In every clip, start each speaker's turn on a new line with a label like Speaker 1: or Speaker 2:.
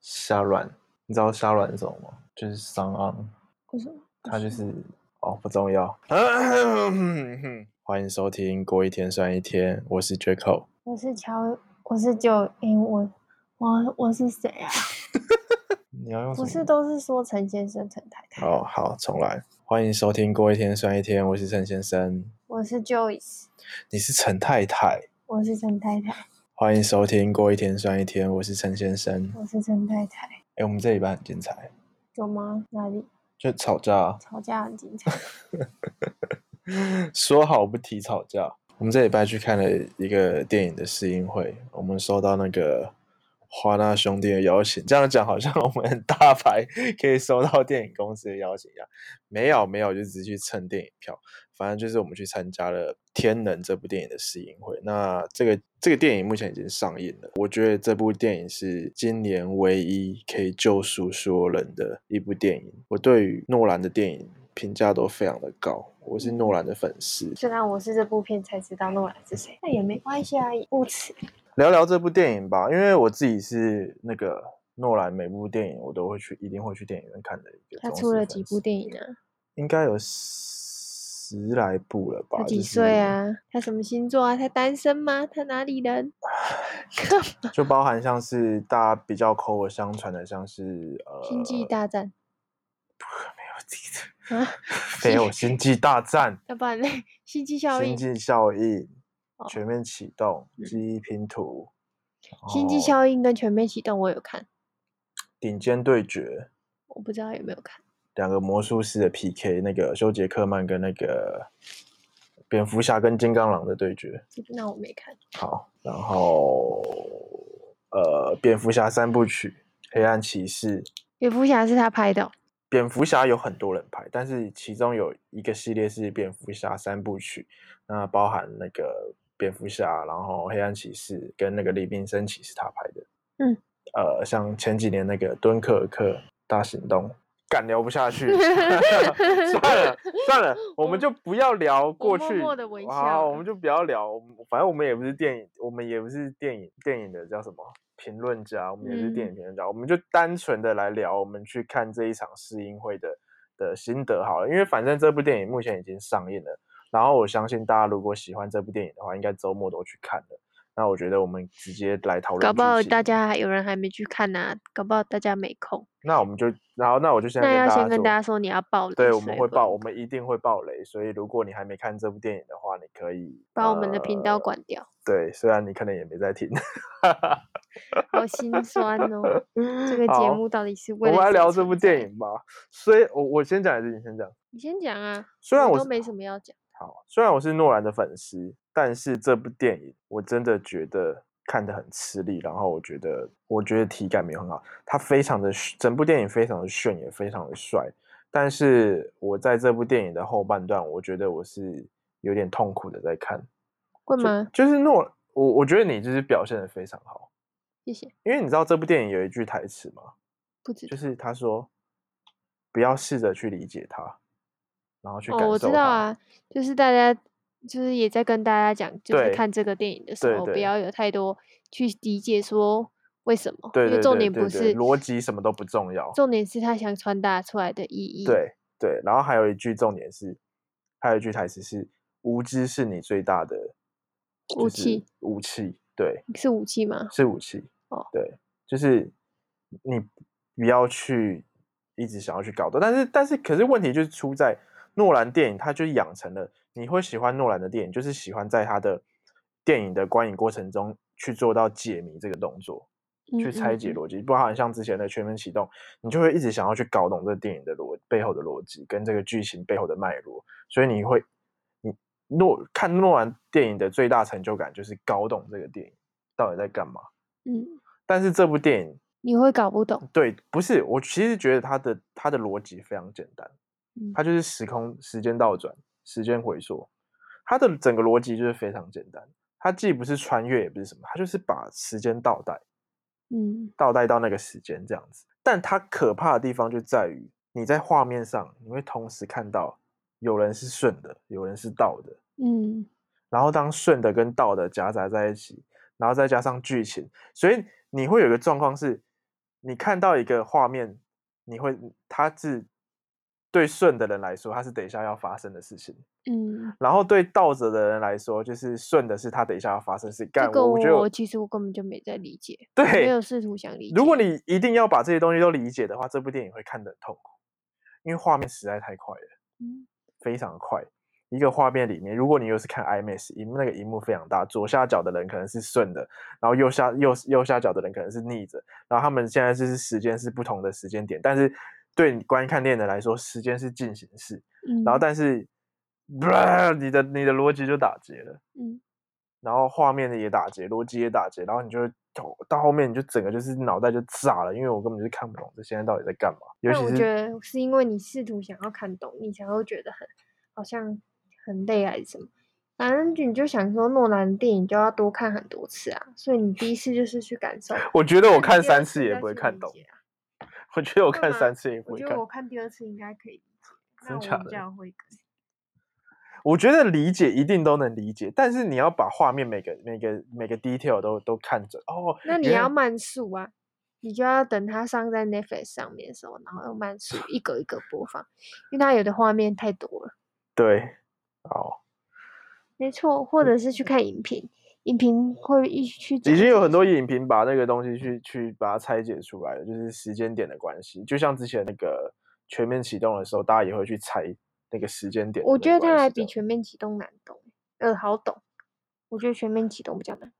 Speaker 1: 虾卵，你知道虾卵是什么吗？就是商昂，
Speaker 2: 为什么？
Speaker 1: 它就是哦不重 要。欢迎收听《过一天算一天》，我是 Jaco。
Speaker 2: 我是乔，我是九，诶、我我我是谁啊？
Speaker 1: 你要用什
Speaker 2: 不
Speaker 1: 么？
Speaker 2: 是都是说陈先生、陈太太？
Speaker 1: 哦，好，重来。欢迎收听《过一天算一天》，我是陈先生，
Speaker 2: 我是 Joyce，
Speaker 1: 你是陈太太。
Speaker 2: 我是陈太太，
Speaker 1: 欢迎收听《过一天算一天》，我是陈先生。
Speaker 2: 我是陈太太，
Speaker 1: 哎，我们这礼拜很精彩，
Speaker 2: 有吗？哪里
Speaker 1: 就吵架 啊，
Speaker 2: 吵架很精彩？
Speaker 1: 说好不提吵架。我们这礼拜去看了一个电影的试映会，我们收到那个华纳兄弟的邀请。这样讲好像我们很大牌可以收到电影公司的邀请一样，没有没有，就只是去蹭电影票。反正就是我们去参加了《天能》这部电影的试映会。那这个这个电影目前已经上映了，我觉得这部电影是今年唯一可以救赎所有人的一部电影。我对于诺兰的电影评价都非常的高，我是诺兰的粉丝。
Speaker 2: 虽然我是这部片才知道诺兰是谁，那也没关系啊，不耻。
Speaker 1: 聊聊这部电影吧，因为我自己是那个诺兰每部电影我都会去，一定会去电影院看的一个。
Speaker 2: 他出了几部
Speaker 1: 影？
Speaker 2: 电影啊？
Speaker 1: 应该有十来部了吧？
Speaker 2: 他几
Speaker 1: 就是
Speaker 2: 岁？啊？他什么星座啊？他单身吗？他哪里人？干嘛？
Speaker 1: 就包含像是大家比较口耳相传的，像是呃，
Speaker 2: 星际大战
Speaker 1: 没有记得，
Speaker 2: 啊？
Speaker 1: 没有《星际大战
Speaker 2: 要不然嘞？星际》效
Speaker 1: 《
Speaker 2: 应
Speaker 1: 星？际效应》
Speaker 2: 哦
Speaker 1: 全面启动、
Speaker 2: 嗯
Speaker 1: 记忆拼图、
Speaker 2: 星际
Speaker 1: 然后
Speaker 2: 效应跟全面启动我有看，
Speaker 1: 顶尖对决。
Speaker 2: 我不知道有没有看。
Speaker 1: 两个魔术师的 PK，那个修杰克曼跟那个蝙蝠侠跟金刚狼的对决。
Speaker 2: 这那我没看。
Speaker 1: 好，然后呃，蝙蝠侠三部曲，黑暗骑士。
Speaker 2: 蝙蝠侠是他拍的哦、
Speaker 1: 蝙蝠侠有很多人拍，但是其中有一个系列是蝙蝠侠三部曲，那包含那个蝙蝠侠，然后黑暗骑士跟那个李炳生骑士他拍的。
Speaker 2: 嗯，
Speaker 1: 呃，像前几年那个敦刻尔克大行动，干聊不下 去，算了算了，我们就不要聊过去。
Speaker 2: 默默地微笑
Speaker 1: 好，我们就不要聊，我们反正我们也不是电影，我们也不是电影电影的叫什么评论家，我们也不是
Speaker 2: 嗯
Speaker 1: 电影评论家，我们就单纯的来聊我们去看这一场试映会的的心得好了，因为反正这部电影目前已经上映了，然后我相信大家如果喜欢这部电影的话，应该周末都去看了。那我觉得我们直接来讨论剧情，
Speaker 2: 搞不好大家还有人还没去看呢、搞不好大家没空。
Speaker 1: 那我们就，然后那我就先
Speaker 2: 那要先
Speaker 1: 家
Speaker 2: 跟
Speaker 1: 说
Speaker 2: 大家说你要爆雷
Speaker 1: 对，
Speaker 2: 所
Speaker 1: 我们
Speaker 2: 以
Speaker 1: 会
Speaker 2: 不
Speaker 1: 爆，
Speaker 2: 能
Speaker 1: 我们一定会爆雷，所以如果你还没看这部电影的话，你可以
Speaker 2: 把我们的频道
Speaker 1: 呃
Speaker 2: 关掉，
Speaker 1: 对，虽然你可能也没在听。
Speaker 2: 好心酸 哦。这
Speaker 1: 这
Speaker 2: 个节
Speaker 1: 好
Speaker 2: 目到底是
Speaker 1: 我
Speaker 2: 为了
Speaker 1: 们来
Speaker 2: 谁
Speaker 1: 聊这
Speaker 2: 存
Speaker 1: 部
Speaker 2: 在
Speaker 1: 电？影吧。虽我我先讲还是你先讲？
Speaker 2: 你先讲啊，
Speaker 1: 虽然我
Speaker 2: 都
Speaker 1: 是
Speaker 2: 没什么要讲。
Speaker 1: 好，虽然我是诺兰的粉丝，但是这部电影我真的觉得看得很吃力，然后我觉得我觉得体感没有很好，它非常的整部电影非常的炫，也非常的帅，但是我在这部电影的后半段，我觉得我是有点痛苦的在看，
Speaker 2: 会
Speaker 1: 就
Speaker 2: 吗？
Speaker 1: 就是诺，我我觉得你就是表现的非常好，
Speaker 2: 谢谢。
Speaker 1: 因为你知道这部电影有一句台词吗？
Speaker 2: 不知
Speaker 1: 就
Speaker 2: 道。
Speaker 1: 是他说不要试着去理解他，然后去感受
Speaker 2: 哦，
Speaker 1: 它。
Speaker 2: 我知道啊，就是大家就是也在跟大家讲，就是
Speaker 1: 对
Speaker 2: 看这个电影的时
Speaker 1: 对
Speaker 2: 候，不
Speaker 1: 对
Speaker 2: 要有太多去理解说为什么，
Speaker 1: 对
Speaker 2: 因为
Speaker 1: 对
Speaker 2: 重
Speaker 1: 对
Speaker 2: 点
Speaker 1: 对
Speaker 2: 不
Speaker 1: 对，
Speaker 2: 是
Speaker 1: 逻辑什么都不重要。
Speaker 2: 重点是他想传达出来的意义。，
Speaker 1: 对对，然后还有一句重点是，还有一句台词是“无知是你最大的
Speaker 2: 武器，
Speaker 1: 就是武器对，
Speaker 2: 是武器吗？
Speaker 1: 是武器。
Speaker 2: 哦，
Speaker 1: 对，就是你不要去一直想要去搞的，但是但是可是问题就是出在诺兰电影，它就养成了你会喜欢诺兰的电影，就是喜欢在他的电影的观影过程中去做到解谜这个动作。去
Speaker 2: 嗯
Speaker 1: 拆解。
Speaker 2: 嗯嗯
Speaker 1: 逻辑，不然像之前的全面启动，你就会一直想要去搞懂这电影的逻背后的逻辑跟这个剧情背后的脉络，所以你会，你诺看诺兰电影的最大成就感就是搞懂这个电影到底在干嘛。
Speaker 2: 嗯，
Speaker 1: 但是这部电影
Speaker 2: 你会搞不懂。
Speaker 1: 对，不是我其实觉得它的它的逻辑非常简单，
Speaker 2: 嗯
Speaker 1: 它就是时空时间倒转、时间回溯，它的整个逻辑就是非常简单，它既不是穿越也不是什么，它就是把时间倒带。
Speaker 2: 嗯，
Speaker 1: 倒带到那个时间这样子。但它可怕的地方就在于，你在画面上你会同时看到有人是顺的，有人是倒的，
Speaker 2: 嗯，
Speaker 1: 然后当顺的跟倒的夹杂在一起，然后再加上剧情，所以你会有一个状况是，你看到一个画面，你会它是对顺的人来说，它是等一下要发生的事情。
Speaker 2: 嗯，
Speaker 1: 然后对倒着的人来说，就是顺的是他等一下要发生的事。干
Speaker 2: 这，个
Speaker 1: 我觉得
Speaker 2: 我其实我根本就没在理解，没
Speaker 1: 对
Speaker 2: 有，试图想理解。
Speaker 1: 如果你一定要把这些东西都理解的话，这部电影会看得很痛苦，因为画面实在太快了，
Speaker 2: 嗯
Speaker 1: 非常快。一个画面里面，如果你又是看 IMAX，荧幕那个荧幕非常大，左下角的人可能是顺的，然后右下右右下角的人可能是逆着，然后他们现在就是时间是不同的时间点，但是对你观看电影的来说，时间是进行式，
Speaker 2: 嗯，
Speaker 1: 然后但是，你的你的逻辑就打结了。
Speaker 2: 嗯
Speaker 1: 然后画面也打结，逻辑也打结，然后你就会头到后面你就整个就是脑袋就炸了，因为我根本就看不懂这现在到底在干嘛。尤
Speaker 2: 但
Speaker 1: 其
Speaker 2: 我觉
Speaker 1: 是
Speaker 2: 得是因为你试图想要看懂，你才会觉得很好像很累还是什么。反正就你就想说，诺兰的电影就要多看很多次啊，所以你第一次就是去 感受。
Speaker 1: 我觉得
Speaker 2: 那
Speaker 1: 我
Speaker 2: 你
Speaker 1: 看
Speaker 2: 第二
Speaker 1: 三次也
Speaker 2: 再
Speaker 1: 不会
Speaker 2: 去
Speaker 1: 看
Speaker 2: 理
Speaker 1: 懂
Speaker 2: 解，啊
Speaker 1: 我觉得我
Speaker 2: 真的
Speaker 1: 看
Speaker 2: 吗
Speaker 1: 三次也不
Speaker 2: 我
Speaker 1: 会
Speaker 2: 觉
Speaker 1: 看
Speaker 2: 得我。看第二次应该可以理解，
Speaker 1: 真
Speaker 2: 那我
Speaker 1: 假
Speaker 2: 比
Speaker 1: 的
Speaker 2: 较会看。
Speaker 1: 我觉得理解一定都能理解，但是你要把画面每个每个每个 detail 都都看准哦。
Speaker 2: 那你
Speaker 1: 原
Speaker 2: 要
Speaker 1: 来
Speaker 2: 慢速啊，你就要等它上在 Netflix 上面的时候，然后用慢速一格一格播放，因为它有的画面太多了。
Speaker 1: 对，哦，
Speaker 2: 没错，或者是去看影评，影评会一起去
Speaker 1: 嗯
Speaker 2: 讲
Speaker 1: 已
Speaker 2: 这
Speaker 1: 经有很
Speaker 2: 些
Speaker 1: 多影评把那个东西去去把它拆解出来了，就是时间点的关系。就像之前那个全面启动的时候，大家也会去猜那个时间点的那个关系这样。
Speaker 2: 我觉得它还比全面启动难懂，呃，好懂。我觉得全面启动比较难。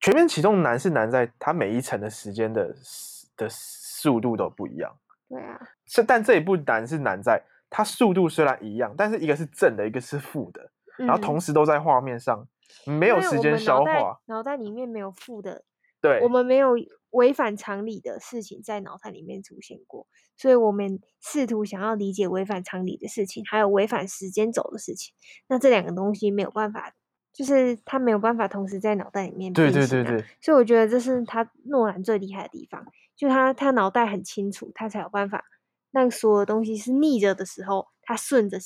Speaker 1: 全面启动难是难在它每一层的时间的时的速度都不一样。
Speaker 2: 对啊，
Speaker 1: 是，但这一步难是难在它速度虽然一样，但是一个是正的，一个是负的，然后同
Speaker 2: 嗯
Speaker 1: 时都在画面上，没
Speaker 2: 因
Speaker 1: 有
Speaker 2: 为
Speaker 1: 时
Speaker 2: 我
Speaker 1: 间
Speaker 2: 们脑
Speaker 1: 消
Speaker 2: 袋
Speaker 1: 化。
Speaker 2: 脑袋里面没有负的，
Speaker 1: 对
Speaker 2: 我，们没有违反常理的事情在脑袋里面出现过，所以我们试图想要理解违反常理的事情，还有违反时间轴的事情。那这两个东西没有办法，就是它没有办法同时在脑袋里面
Speaker 1: 对
Speaker 2: 并
Speaker 1: 对对
Speaker 2: 行啊
Speaker 1: 对，
Speaker 2: 所以我觉得这是他诺兰最厉害的地方，就他他脑袋很清楚，他才有办法让所有东西是逆着的时候，他顺着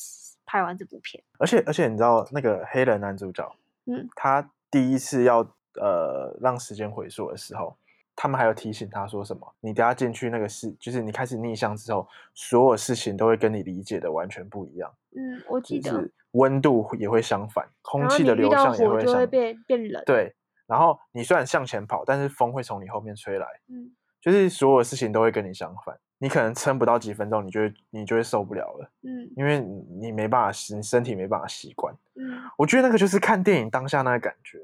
Speaker 2: 拍完这部片。
Speaker 1: 而且而且你知道那个黑人男主角，
Speaker 2: 嗯，
Speaker 1: 他第一次要呃让时间回溯的时候，他们还有提醒他说什么？你等下进去那个事，就是你开始逆向之后，所有事情都会跟你理解的完全不一样。
Speaker 2: 嗯，我记
Speaker 1: 就
Speaker 2: 得
Speaker 1: 是。温度也会相反，空
Speaker 2: 然后
Speaker 1: 气
Speaker 2: 你
Speaker 1: 的
Speaker 2: 遇
Speaker 1: 流
Speaker 2: 到
Speaker 1: 向也
Speaker 2: 火
Speaker 1: 会
Speaker 2: 就
Speaker 1: 相
Speaker 2: 会变变冷。，
Speaker 1: 对。然后你虽然向前跑，但是风会从你后面吹来，
Speaker 2: 嗯，
Speaker 1: 就是所有事情都会跟你相反。你可能撑不到几分钟，你就会你就会受不了了，
Speaker 2: 嗯
Speaker 1: 因为你你没办法习，你身体没办法习惯。
Speaker 2: 嗯，
Speaker 1: 我觉得那个就是看电影当下那个感觉。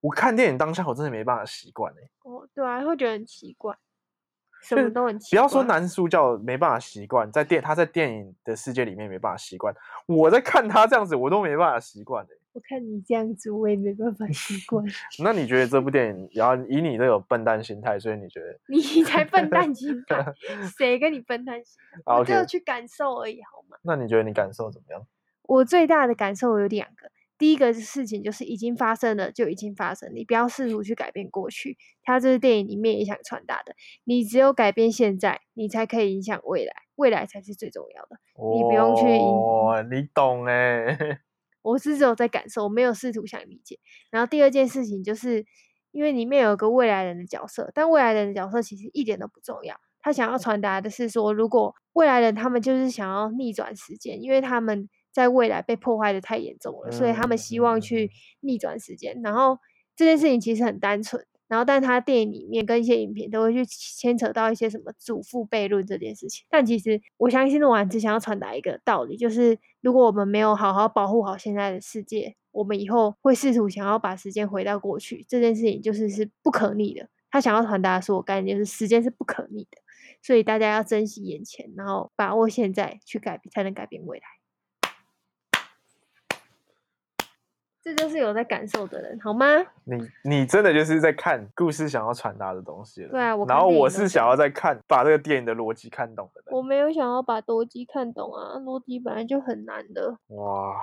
Speaker 1: 我看电影当下，我真的没办法习惯哎、
Speaker 2: 哦，对啊，会觉得很奇怪，什
Speaker 1: 就
Speaker 2: 么
Speaker 1: 是
Speaker 2: 都很
Speaker 1: 不
Speaker 2: 奇怪。
Speaker 1: 要说男主角没办法习惯，在电他在电影的世界里面没办法习惯，我在看他这样子，我都没办法习惯哎、
Speaker 2: 我看你这样子，我也没办法习 惯。
Speaker 1: 那你觉得这部电影，然后以你这种笨蛋心态，所以你觉得
Speaker 2: 你才笨蛋心 态，谁跟你笨蛋心态？
Speaker 1: 啊
Speaker 2: 我只有
Speaker 1: ，OK
Speaker 2: 去感受而已，好吗？
Speaker 1: 那你觉得你感受怎么样？
Speaker 2: 我最大的感受有两个，第一个事情就是已经发生了就已经发生，你不要试图去改变过去，它这是电影里面也想传达的，你只有改变现在，你才可以影响未来，未来才是最重要的。
Speaker 1: 你
Speaker 2: 不用去赢
Speaker 1: 哦，你懂哎、
Speaker 2: 我是只有在感受，我没有试图想理解。然后第二件事情就是，因为里面有个未来人的角色，但未来人的角色其实一点都不重要。他想要
Speaker 1: 嗯
Speaker 2: 传达的是说，如果未来人他们就是想要逆转时间，因为他们在未来被破坏的太严重了，所以他们希望
Speaker 1: 嗯嗯嗯
Speaker 2: 去逆转时间。然后这件事情其实很单纯，然后但他电影里面跟一些影片都会去牵扯到一些什么祖父悖论这件事情，但其实我相信诺兰只想要传达一个道理，就是如果我们没有好好保护好现在的世界，我们以后会试图想要把时间回到过去，这件事情就是是不可逆的。他想要传达的所有概念就是时间是不可逆的，所以大家要珍惜眼前，然后把握现在去改变，才能改变未来。这就是有在感受的人，好吗？
Speaker 1: 你你真的就是在看故事想要传达的东西了。
Speaker 2: 对啊我
Speaker 1: 然
Speaker 2: 看
Speaker 1: 后
Speaker 2: 电影
Speaker 1: 我
Speaker 2: 都
Speaker 1: 是
Speaker 2: 这
Speaker 1: 想
Speaker 2: 样
Speaker 1: 要在看把这个电影的逻辑看懂的人。
Speaker 2: 我没有想要把逻辑看懂啊，逻辑本来就很难的。
Speaker 1: 哇，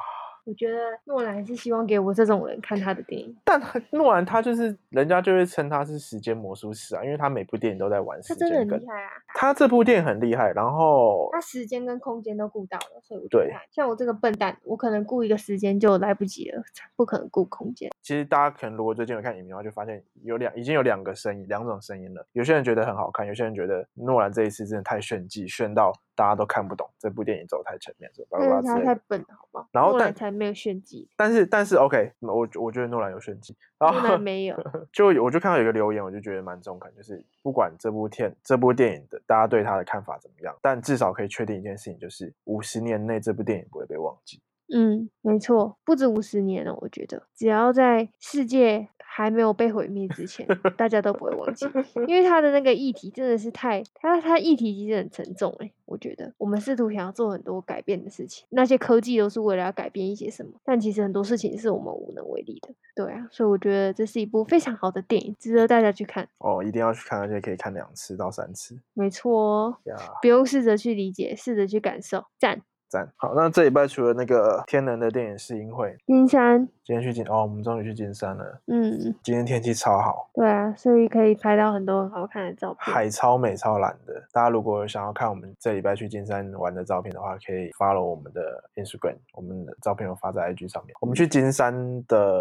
Speaker 2: 我觉得诺兰是希望给我这种人看他的电影，
Speaker 1: 但他诺兰他就是人家就会称他是时间魔术师啊，因为他每部电影都在玩时
Speaker 2: 他真的
Speaker 1: 间
Speaker 2: 很
Speaker 1: 梗
Speaker 2: 厉。害啊！
Speaker 1: 他这部电影很厉害，然后
Speaker 2: 他时间跟空间都顾到了，所以我就
Speaker 1: 对
Speaker 2: 看。像我这个笨蛋，我可能顾一个时间就来不及了，不可能顾空间。
Speaker 1: 其实大家可能如果最近有看影评的话，就发现有两已经有两个声音，两种声音了。有些人觉得很好看，有些人觉得诺兰这一次真的太炫技，炫到大家都看不懂这部电影走太前面，巴拉巴
Speaker 2: 但
Speaker 1: 拉之
Speaker 2: 是嗯他
Speaker 1: 类
Speaker 2: 太
Speaker 1: 的。
Speaker 2: 笨了，好不好？
Speaker 1: 然后
Speaker 2: 诺
Speaker 1: 但
Speaker 2: 兰才没有炫技，
Speaker 1: 但是但是 OK，我我觉得诺兰有炫技，然
Speaker 2: 诺
Speaker 1: 后
Speaker 2: 兰没有。
Speaker 1: 就有我就看到有一个留言，我就觉得蛮中肯，就是不管这部电这部电影的大家对它的看法怎么样，但至少可以确定一件事情，就是五十年内这部电影不会被忘记。
Speaker 2: 嗯，没错，不止五十年了，我觉得只要在世界还没有被毁灭之前，大家都不会忘记，因为他的那个议题真的是太，他他议题其实很沉重诶、我觉得我们试图想要做很多改变的事情，那些科技都是为了要改变一些什么，但其实很多事情是我们无能为力的。对啊，所以我觉得这是一部非常好的电影，值得大家去看。
Speaker 1: 哦，一定要去看，而且可以看两次到三次
Speaker 2: 没错哦，
Speaker 1: 呀。
Speaker 2: 不用试着去理解，试着去感受。赞，
Speaker 1: 赞。好，那这礼拜除了那个天能的电影试映会，
Speaker 2: 金山，
Speaker 1: 今天去金哦，我们终于去金山了。
Speaker 2: 嗯，
Speaker 1: 今天天气超好，
Speaker 2: 对啊，所以可以拍到很多很好看的照片。
Speaker 1: 海超美超蓝的。大家如果想要看我们这礼拜去金山玩的照片的话，可以 follow 我们的 Instagram，我们的照片有发在 IG 上面。我们
Speaker 2: 嗯
Speaker 1: 去金山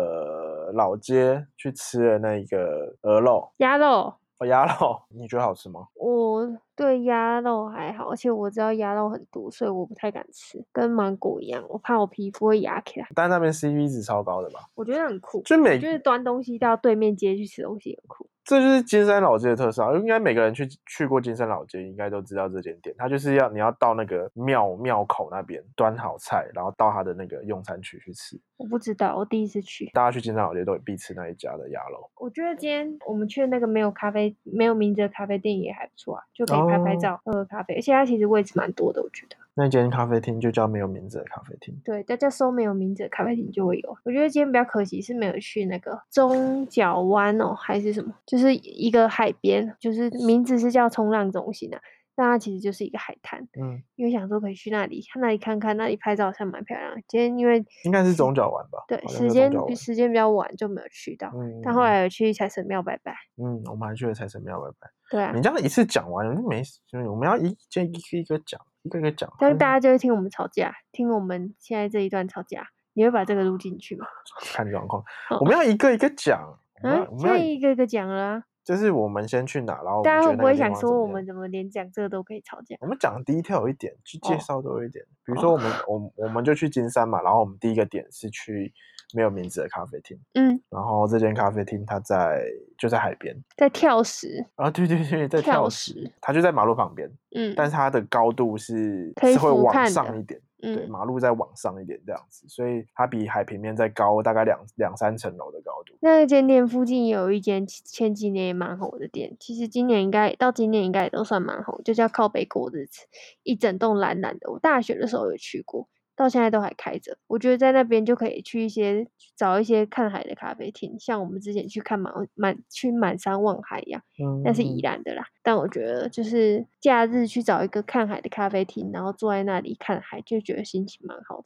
Speaker 1: 的老街去吃了那个鹅肉，
Speaker 2: 鸭肉，
Speaker 1: 哦鸭肉，你觉得好吃吗？
Speaker 2: 我对鸭肉还好，而且我知道鸭肉很毒，所以我不太敢吃，跟芒果一样，我怕我皮肤会痒起来。
Speaker 1: 但那边 CP 值超高的吧？
Speaker 2: 我觉得很酷，
Speaker 1: 就每
Speaker 2: 就是端东西到对面街去吃东西很酷。
Speaker 1: 这就是金山老街的特色啊！应该每个人去去过金山老街，应该都知道这间店。它就是要你要到那个庙庙口那边端好菜，然后到它的那个用餐区去吃。
Speaker 2: 我不知道，我第一次去。
Speaker 1: 大家去金山老街都必吃那一家的鸭肉。
Speaker 2: 我觉得今天我们去的那个没有咖啡、没有名字的咖啡店也还不错啊，就可以拍拍
Speaker 1: 哦
Speaker 2: 照、喝喝咖啡，而且它其实位置蛮多的，我觉得。
Speaker 1: 那间咖啡厅就叫没有名字的咖啡厅。
Speaker 2: 对，大家搜没有名字的咖啡厅就会有。我觉得今天比较可惜是没有去那个中角湾哦，还是什么，就是一个海边，就是名字是叫冲浪中心啊，但它其实就是一个海滩。
Speaker 1: 嗯，
Speaker 2: 因为想说可以去那里，看那里看看，那里拍照好像蛮漂亮的。今天因为
Speaker 1: 应该是中角湾吧？
Speaker 2: 对
Speaker 1: 好像
Speaker 2: 时
Speaker 1: 叫
Speaker 2: 间
Speaker 1: 中角
Speaker 2: 比
Speaker 1: 湾
Speaker 2: 时间比较晚就没有去到，
Speaker 1: 嗯，
Speaker 2: 但后来有去财神庙拜拜。
Speaker 1: 嗯，嗯我们还去了财神庙拜拜。
Speaker 2: 对啊
Speaker 1: 你，这样一次讲完，没我们要一件一个一个讲，一个一个讲。
Speaker 2: 但是
Speaker 1: 嗯
Speaker 2: 大家就会听我们吵架，听我们现在这一段吵架，你会把这个录进去吗？
Speaker 1: 看状况
Speaker 2: 好，
Speaker 1: 我们要一个一个讲。我们要
Speaker 2: 嗯，
Speaker 1: 我
Speaker 2: 现在
Speaker 1: 们要
Speaker 2: 一个一个讲了啊。
Speaker 1: 就是我们先去哪，然后我们
Speaker 2: 大
Speaker 1: 哦觉
Speaker 2: 家
Speaker 1: 得那
Speaker 2: 会不
Speaker 1: 个
Speaker 2: 会
Speaker 1: 地
Speaker 2: 想
Speaker 1: 方怎
Speaker 2: 说，我
Speaker 1: 么
Speaker 2: 们
Speaker 1: 样
Speaker 2: 怎么连讲这个都可以吵架？
Speaker 1: 我们讲低调一点，去介
Speaker 2: 哦
Speaker 1: 绍多一点。比如
Speaker 2: 哦
Speaker 1: 说我们我们我们就去金山嘛，然后我们第一个点是去没有名字的咖啡厅，
Speaker 2: 嗯，
Speaker 1: 然后这间咖啡厅它在就在海边
Speaker 2: 在跳石，
Speaker 1: 啊，对对对，在
Speaker 2: 跳
Speaker 1: 跳
Speaker 2: 石
Speaker 1: 石，它就在马路旁边，
Speaker 2: 嗯，
Speaker 1: 但是它的高度是
Speaker 2: 可以
Speaker 1: 是会
Speaker 2: 俯瞰
Speaker 1: 往
Speaker 2: 的
Speaker 1: 上一点。对，
Speaker 2: 嗯
Speaker 1: 马路再往上一点这样子，所以它比海平面再高大概两两三层楼的高度。
Speaker 2: 那一间店附近有一间其前几年也蛮红的店，其实今年应该到今年应该也都算蛮红，就叫靠北过日子，一整栋蓝蓝的。我大学的时候有去过，到现在都还开着。我觉得在那边就可以去一些找一些看海的咖啡厅，像我们之前去看满满去满山望海一样，
Speaker 1: 嗯，
Speaker 2: 那是宜兰的啦。但我觉得就是假日去找一个看海的咖啡厅，然后坐在那里看海，就觉得心情蛮好的。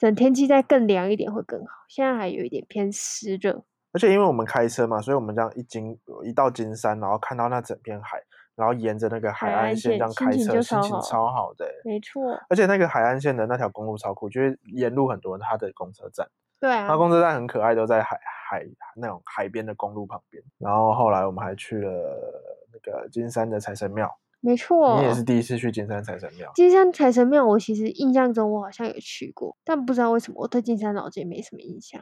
Speaker 2: 等天气再更凉一点会更好，现在还有一点偏湿热。
Speaker 1: 而且因为我们开车嘛，所以我们这样一经呃一到金山，然后看到那整片海，然后沿着那个海
Speaker 2: 海
Speaker 1: 岸
Speaker 2: 岸
Speaker 1: 线这
Speaker 2: 线
Speaker 1: 样
Speaker 2: 心
Speaker 1: 开
Speaker 2: 情
Speaker 1: 车，
Speaker 2: 就
Speaker 1: 心
Speaker 2: 超
Speaker 1: 情
Speaker 2: 好
Speaker 1: 超好的欸、
Speaker 2: 没错，
Speaker 1: 而且那个海岸线的那条公路超酷，就是沿路很多它的公车站，
Speaker 2: 对啊
Speaker 1: 它，公车站很可爱，都在海海那种海边的公路旁边。然后后来我们还去了那个金山的财神庙，
Speaker 2: 没错
Speaker 1: 你。也是第一次去金山财神庙，
Speaker 2: 金山财神庙，我其实印象中我好像有去过，但不知道为什么我对金山老街没什么印象。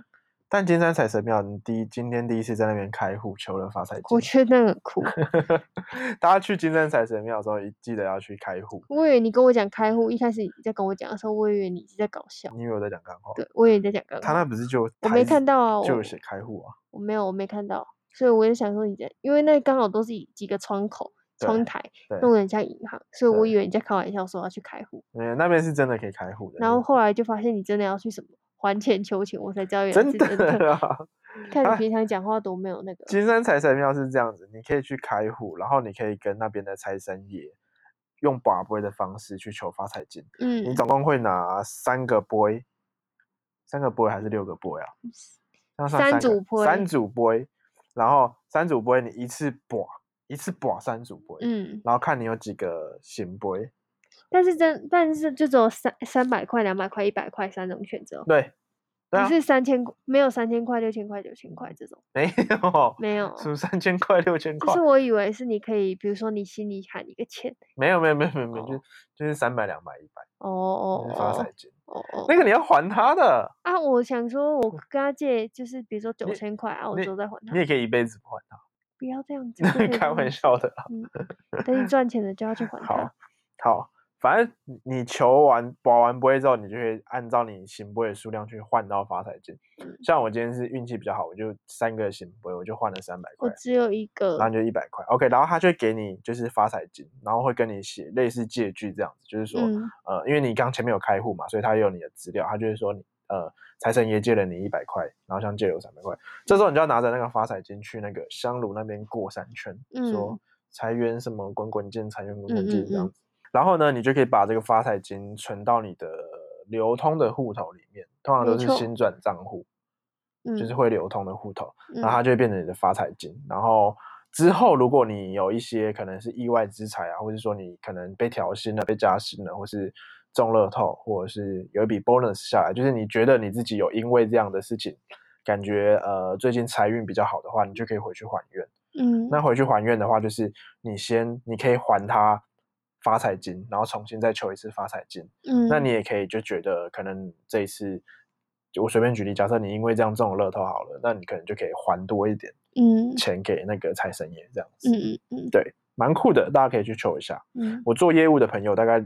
Speaker 1: 但金山财神庙你第一今天第一次在那边开户，求了发财金。
Speaker 2: 我觉得那个很 酷，
Speaker 1: 大家去金山财神庙的时候，一记得要去开户。
Speaker 2: 我以为你跟我讲开户，一开始你在跟我讲的时候，我以为你是在搞笑，
Speaker 1: 你以为我在讲干话？
Speaker 2: 对我以为你在讲干
Speaker 1: 他
Speaker 2: 话，
Speaker 1: 那不是就
Speaker 2: 我
Speaker 1: 台
Speaker 2: 没
Speaker 1: 子
Speaker 2: 看到啊，
Speaker 1: 就有
Speaker 2: 我
Speaker 1: 写开户啊，
Speaker 2: 我没有我没看到，所以我就想说你在，因为那刚好都是几个窗口
Speaker 1: 对
Speaker 2: 窗台，
Speaker 1: 对，
Speaker 2: 弄得很像银行，所以我
Speaker 1: 对
Speaker 2: 以为你在开玩笑说要去开户，
Speaker 1: 嗯，那边是真的可以开户的，
Speaker 2: 然后后来就发现你真的要去什么还钱求钱，我才知道原来
Speaker 1: 真
Speaker 2: 是真的。
Speaker 1: 的啊。
Speaker 2: 看你
Speaker 1: 哎
Speaker 2: 平常讲话多没有那个，
Speaker 1: 金山财神庙是这样子，你可以去开户，然后你可以跟那边的财神爷用把杯的方式去求发财金，
Speaker 2: 嗯
Speaker 1: 你，总共会拿三个杯，三个 boy 还是六个 boy 啊？这样算
Speaker 2: 三
Speaker 1: 三个
Speaker 2: 组 boy
Speaker 1: 三组 boy，然后三组 boy 你一次把一次把三组 boy，、
Speaker 2: 嗯，
Speaker 1: 然后看你有几个行 boy。
Speaker 2: 但是真但是就只有三三百块、两百块、一百块三种选择，
Speaker 1: 对，
Speaker 2: 不、
Speaker 1: 对啊，
Speaker 2: 是三千没有三千块、六千块、九千块这种，
Speaker 1: 没有，
Speaker 2: 没有。
Speaker 1: 什么三千块、六千
Speaker 2: 就
Speaker 1: 块
Speaker 2: 是，我以为是你可以，比如说你心里喊一个钱，
Speaker 1: 没有，没有，没有，没有，没有，就
Speaker 2: 哦
Speaker 1: 就是三百、两百、一百，
Speaker 2: 哦
Speaker 1: 就是发
Speaker 2: 哦
Speaker 1: 财金。
Speaker 2: 哦哦
Speaker 1: 那
Speaker 2: 哦
Speaker 1: 个你要还他的，
Speaker 2: 啊！我想说，
Speaker 1: 嗯
Speaker 2: 我跟他借，就是比如说九
Speaker 1: 你
Speaker 2: 千块啊，我
Speaker 1: 你
Speaker 2: 之后再还
Speaker 1: 你
Speaker 2: 他，
Speaker 1: 也可以一辈子不还
Speaker 2: 不要这样子， 不可以
Speaker 1: 他，
Speaker 2: 这
Speaker 1: 开
Speaker 2: 样
Speaker 1: 玩
Speaker 2: 子。
Speaker 1: 笑的啦。
Speaker 2: 但是赚钱了就 要去还
Speaker 1: 好
Speaker 2: 他。，
Speaker 1: 好，反正你你求完保完杯之后，你就会按照你行杯的数量去换到发财金。像我今天是运气比较好，我就三个行杯，我就换了三百
Speaker 2: 我
Speaker 1: 块，
Speaker 2: 只有一个
Speaker 1: 然，后就一百块。OK，然后他就会给你就是发财金，然后会跟你写类似借据这样子，就是说、
Speaker 2: 嗯
Speaker 1: 呃，因为你刚前面有开户嘛，所以他也有你的资料，他就会说你呃财神爷借了你一百块，然后像借了我三百块，这时候你就要拿着那个发财金去那个香炉那边过三圈，说
Speaker 2: 嗯
Speaker 1: 财源什么滚滚进，财源滚
Speaker 2: 嗯
Speaker 1: 滚进这样
Speaker 2: 嗯嗯
Speaker 1: 子。然后呢，你就可以把这个发财金存到你的流通的户头里面，通常
Speaker 2: 没
Speaker 1: 都是
Speaker 2: 错
Speaker 1: 新转账户，
Speaker 2: 嗯，
Speaker 1: 就是会流通的户头。
Speaker 2: 嗯，
Speaker 1: 然后它就会变成你的发财金。然后之后，如果你有一些可能是意外之财啊，或者说你可能被调薪了、被加薪了，或是中乐透，或者是有一笔 bonus 下来，就是你觉得你自己有因为这样的事情，感觉呃最近财运比较好的话，你就可以回去还愿。
Speaker 2: 嗯，
Speaker 1: 那回去还愿的话，就是你先你可以还他发财金，然后重新再求一次发财金。
Speaker 2: 嗯，
Speaker 1: 那你也可以就觉得，可能这一次，就我随便举例，假设你因为这样中了乐透好了，那你可能就可以还多一点
Speaker 2: 嗯
Speaker 1: 钱给那个财神爷，这样子，
Speaker 2: 嗯嗯
Speaker 1: 蛮酷的，大家可以去求一下。
Speaker 2: 嗯
Speaker 1: 我做业务的朋友大概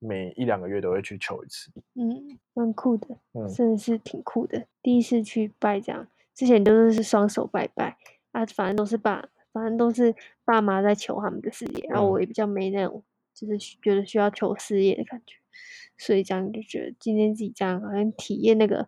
Speaker 1: 每一两个月都会去求一次，
Speaker 2: 嗯，蛮酷的，
Speaker 1: 嗯
Speaker 2: 真的是挺酷的。第一次去拜这样，之前都是是双手拜拜啊，反正都是爸，反正都是爸妈在求他们的事业，然后
Speaker 1: 嗯
Speaker 2: 我也比较没那种就是需觉得需要求事业的感觉，所以这样就觉得今天自己这样好像体验那个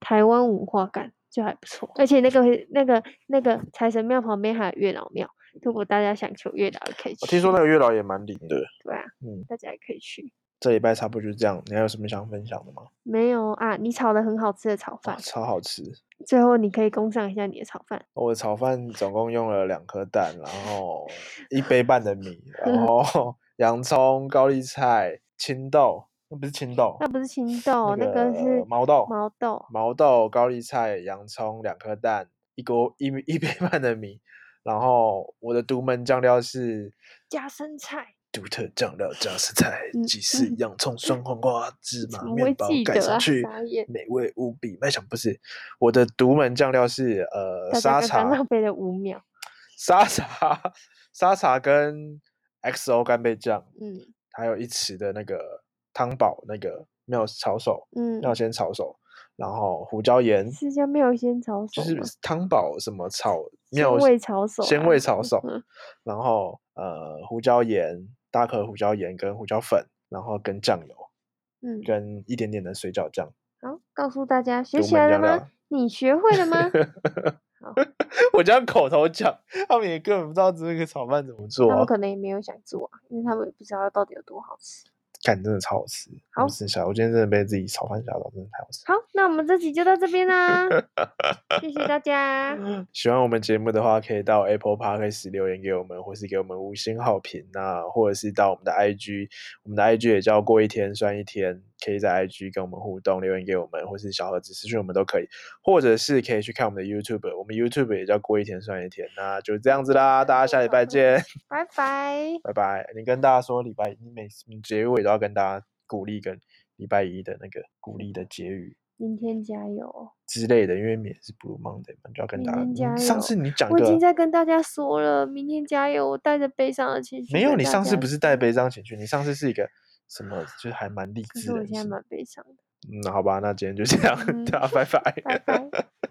Speaker 2: 台湾文化感。就还不错，而且 那个那个那个财神庙旁边还有月老庙，如果大家想求月老也可以去。
Speaker 1: 我听说那个月老也蛮灵的。
Speaker 2: 对啊，
Speaker 1: 嗯，
Speaker 2: 大家也可以去。
Speaker 1: 这礼拜差不多就是这样，你还有什么想分享的吗？
Speaker 2: 没有啊，你炒的很好吃的炒
Speaker 1: 哇，
Speaker 2: 饭，
Speaker 1: 超好吃！
Speaker 2: 最后你可以供上一下你的炒饭。
Speaker 1: 我的炒饭总共用了两颗蛋，然后一杯半的米，然 后洋葱、高丽菜、青豆，那不是青豆，
Speaker 2: 那不是青豆，哦那个是
Speaker 1: 毛豆，
Speaker 2: 毛豆。
Speaker 1: 毛豆、高丽菜、洋葱两颗蛋，一锅一 一杯半的米，然后我的独门酱料是
Speaker 2: 加生菜，
Speaker 1: 独特酱料加食材
Speaker 2: 嗯，
Speaker 1: 鸡翅、
Speaker 2: 嗯
Speaker 1: 洋葱、双黄瓜、芝麻
Speaker 2: 怎么会
Speaker 1: 面包
Speaker 2: 记
Speaker 1: 盖
Speaker 2: 得
Speaker 1: 上
Speaker 2: 啊
Speaker 1: 去
Speaker 2: 傻眼，
Speaker 1: 美味无比。麦香不是我的独门酱料是呃
Speaker 2: 大
Speaker 1: 沙
Speaker 2: 家刚刚浪
Speaker 1: 茶、
Speaker 2: 费了五秒。
Speaker 1: 沙茶、沙茶跟 XO 干贝酱，
Speaker 2: 嗯
Speaker 1: 还有一匙的那个汤宝那个没有炒熟，
Speaker 2: 嗯，
Speaker 1: 要先炒熟，然后胡椒盐，
Speaker 2: 是叫妙鲜炒
Speaker 1: 就
Speaker 2: 手
Speaker 1: 是
Speaker 2: 吗？
Speaker 1: 汤宝什么炒
Speaker 2: 鲜
Speaker 1: 妙
Speaker 2: 味炒手
Speaker 1: 鲜
Speaker 2: 啊
Speaker 1: 味炒手
Speaker 2: 嗯，
Speaker 1: 然后呃胡椒盐大颗胡椒盐跟胡椒粉，然后跟酱油
Speaker 2: 嗯，
Speaker 1: 跟一点点的水饺酱。
Speaker 2: 好，告诉大家学
Speaker 1: 独
Speaker 2: 起
Speaker 1: 门
Speaker 2: 来了
Speaker 1: 酱料
Speaker 2: 吗？你学会 了吗？
Speaker 1: 我这样口头讲，他们也根本不知道这个炒饭怎么做
Speaker 2: 他们
Speaker 1: 啊，
Speaker 2: 可能也没有想做啊，因为他们也不知道到底有多好吃。
Speaker 1: 看真的超好吃，
Speaker 2: 好
Speaker 1: 我真的吓到，我今天真的被自己炒饭吓到，真的太好吃了。
Speaker 2: 好，那我们这集就到这边啦，谢谢 大家。
Speaker 1: 喜欢我们节目的话，可以到 Apple Podcast 留言给我们，或是给我们五星好评啊，或者是到我们的 IG，我们的 IG 也叫过一天算一天，可以在 IG 跟我们互动，留言给我们，或是小盒子私讯我们都可以，或者是可以去看我们的 YouTube，我们 YouTube 也叫过一天算一天，那就这样子
Speaker 2: 嗯
Speaker 1: 啦，大家下礼拜见，
Speaker 2: 拜拜。
Speaker 1: 拜拜。你跟大家说礼拜一，你每次你结尾都要跟大家鼓励跟礼拜一的那个鼓励的结语。
Speaker 2: 明天加油！
Speaker 1: 之类的，因为你也是 Blue Monday 嘛，你就要跟
Speaker 2: 明
Speaker 1: 大家。
Speaker 2: 天
Speaker 1: 你
Speaker 2: 加
Speaker 1: 上
Speaker 2: 油
Speaker 1: 次你讲一
Speaker 2: 我
Speaker 1: 个，
Speaker 2: 已经在跟大家说了，明天加油！我带着悲伤的情绪。
Speaker 1: 没有，你上次不是带？悲伤情绪，你上次是一个什么，就是还蛮励
Speaker 2: 可
Speaker 1: 志
Speaker 2: 是
Speaker 1: 的
Speaker 2: 我
Speaker 1: 人
Speaker 2: 现在
Speaker 1: 生。
Speaker 2: 蛮悲伤的。
Speaker 1: 嗯，好吧，那今天就这样，
Speaker 2: 嗯
Speaker 1: 大家拜拜。
Speaker 2: 拜拜。